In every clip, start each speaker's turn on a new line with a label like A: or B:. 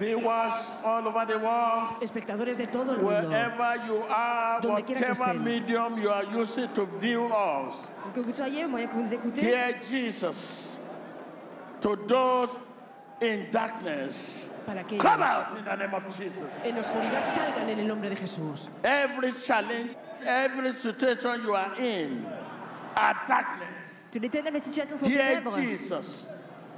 A: viewers all over the world,
B: espectadores de todo el mundo,
A: wherever you are,
B: Donde quiera que
A: whatever
B: estén.
A: medium you are using to view us,
B: que vous soyez, au moyen que vous nous écoutez,
A: hear Jesus. To those in darkness,
B: para que
A: come out in the name of Jesus.
B: en oscuridad salgan en el nombre de Jesús.
A: Every challenge, every situation you are in, are darkness.
C: Que l'éternel, les situations sont
A: Hear
C: ténèbres.
A: Jesus.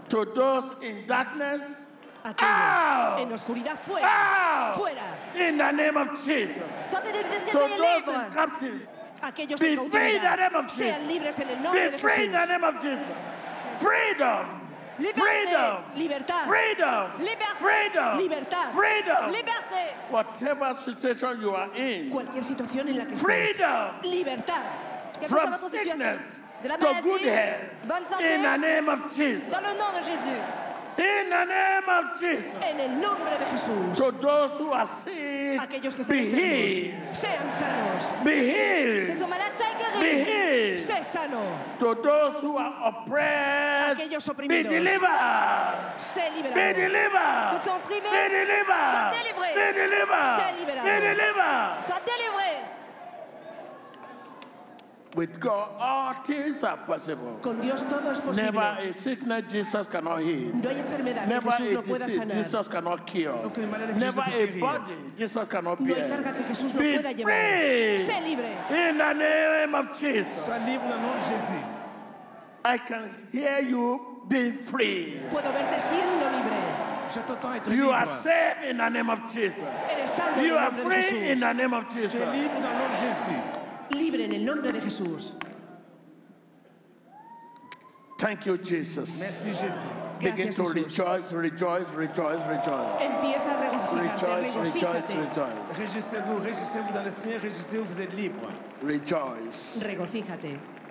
A: To those in darkness,
B: Aquellos
A: Out.
B: en oscuridad fuera,
A: out
B: fuera.
A: in the name of Jesus.
C: Sortez des des- des
A: To those in
C: ténèbres.
A: captives,
B: Aquellos
A: Be free
B: en
A: in the name
B: cautividad
A: of Jesus.
B: sean libres en el nombre
A: be
B: de
A: free in the
B: Jesús.
A: name of Jesus. Freedom,
C: Liberté.
A: freedom,
B: Libertad,
A: freedom,
C: Liberté.
A: freedom,
B: libertad.
A: freedom.
C: Liberté.
A: Whatever situation you are in,
B: Cualquier situación en la que estés.
A: freedom
B: Libertad,
C: Quelle que soit
A: from
C: votre situation,
A: sickness
C: de la
A: to good
C: maladie,
A: health.
C: bonne santé,
A: In the name of Jesus.
C: dans le nom de Jésus.
A: In the name of Jesus.
B: en el nombre de Jesús.
A: To those who are sick,
B: Aquellos que están
A: be healed.
B: enfermos, sean sanos,
A: Be
C: Ceux qui
A: healed.
C: sont malades, soyez
A: Be
C: guéris.
A: healed.
B: sé sano,
A: To those who are oppressed,
B: Aquellos
A: be
B: oprimidos.
A: delivered.
B: sé
A: Be
B: liberado,
A: delivered.
C: Ceux qui sont opprimés,
A: Be delivered.
C: sont délivrés.
A: Be
B: Sean
A: delivered.
B: liberados.
A: Be delivered.
C: Sois délivrés.
A: With God, all things are possible.
B: Con Dios todo es
A: Never
B: posible.
A: a sickness Jesus cannot heal.
B: No hay enfermedad que
A: Never
B: Jesús
A: a
B: no pueda
A: disease
B: sanar.
A: Jesus cannot cure.
D: Aucune maladie que Jésus
A: Never
D: ne peut
A: a
D: guérir.
A: body Jesus cannot
B: No hay
A: bear.
B: carga que Jesús no
A: Be
B: pueda llevar.
A: free
B: Sé libre.
A: in the name of Jesus.
D: Sois libre dans le nom de Jésus.
A: I can hear you being free.
B: Puedo verte siendo libre.
D: Je t'entends être
A: You
D: libre.
A: are saved in the name of Jesus.
B: Eres salvo en
A: You are
B: el nombre de
A: free in
B: Jesús.
A: the name of
D: Tu es
A: Jesus.
D: libre dans le nom de Jésus.
B: Libre en el nombre de Jesús.
A: Thank you, Jesus.
D: Merci Jésus.
A: Begin
B: Gracias,
A: to
B: Jesús.
A: rejoice, rejoice, rejoice, rejoice.
B: Empieza a regocijarte,
A: Rejoice, rejoice,
B: regocíjate.
A: rejoice.
D: Réjouissez-vous, réjouissez-vous dans le Seigneur, réjouissez-vous, vous êtes libre.
A: Rejoice.
B: Regocíjate.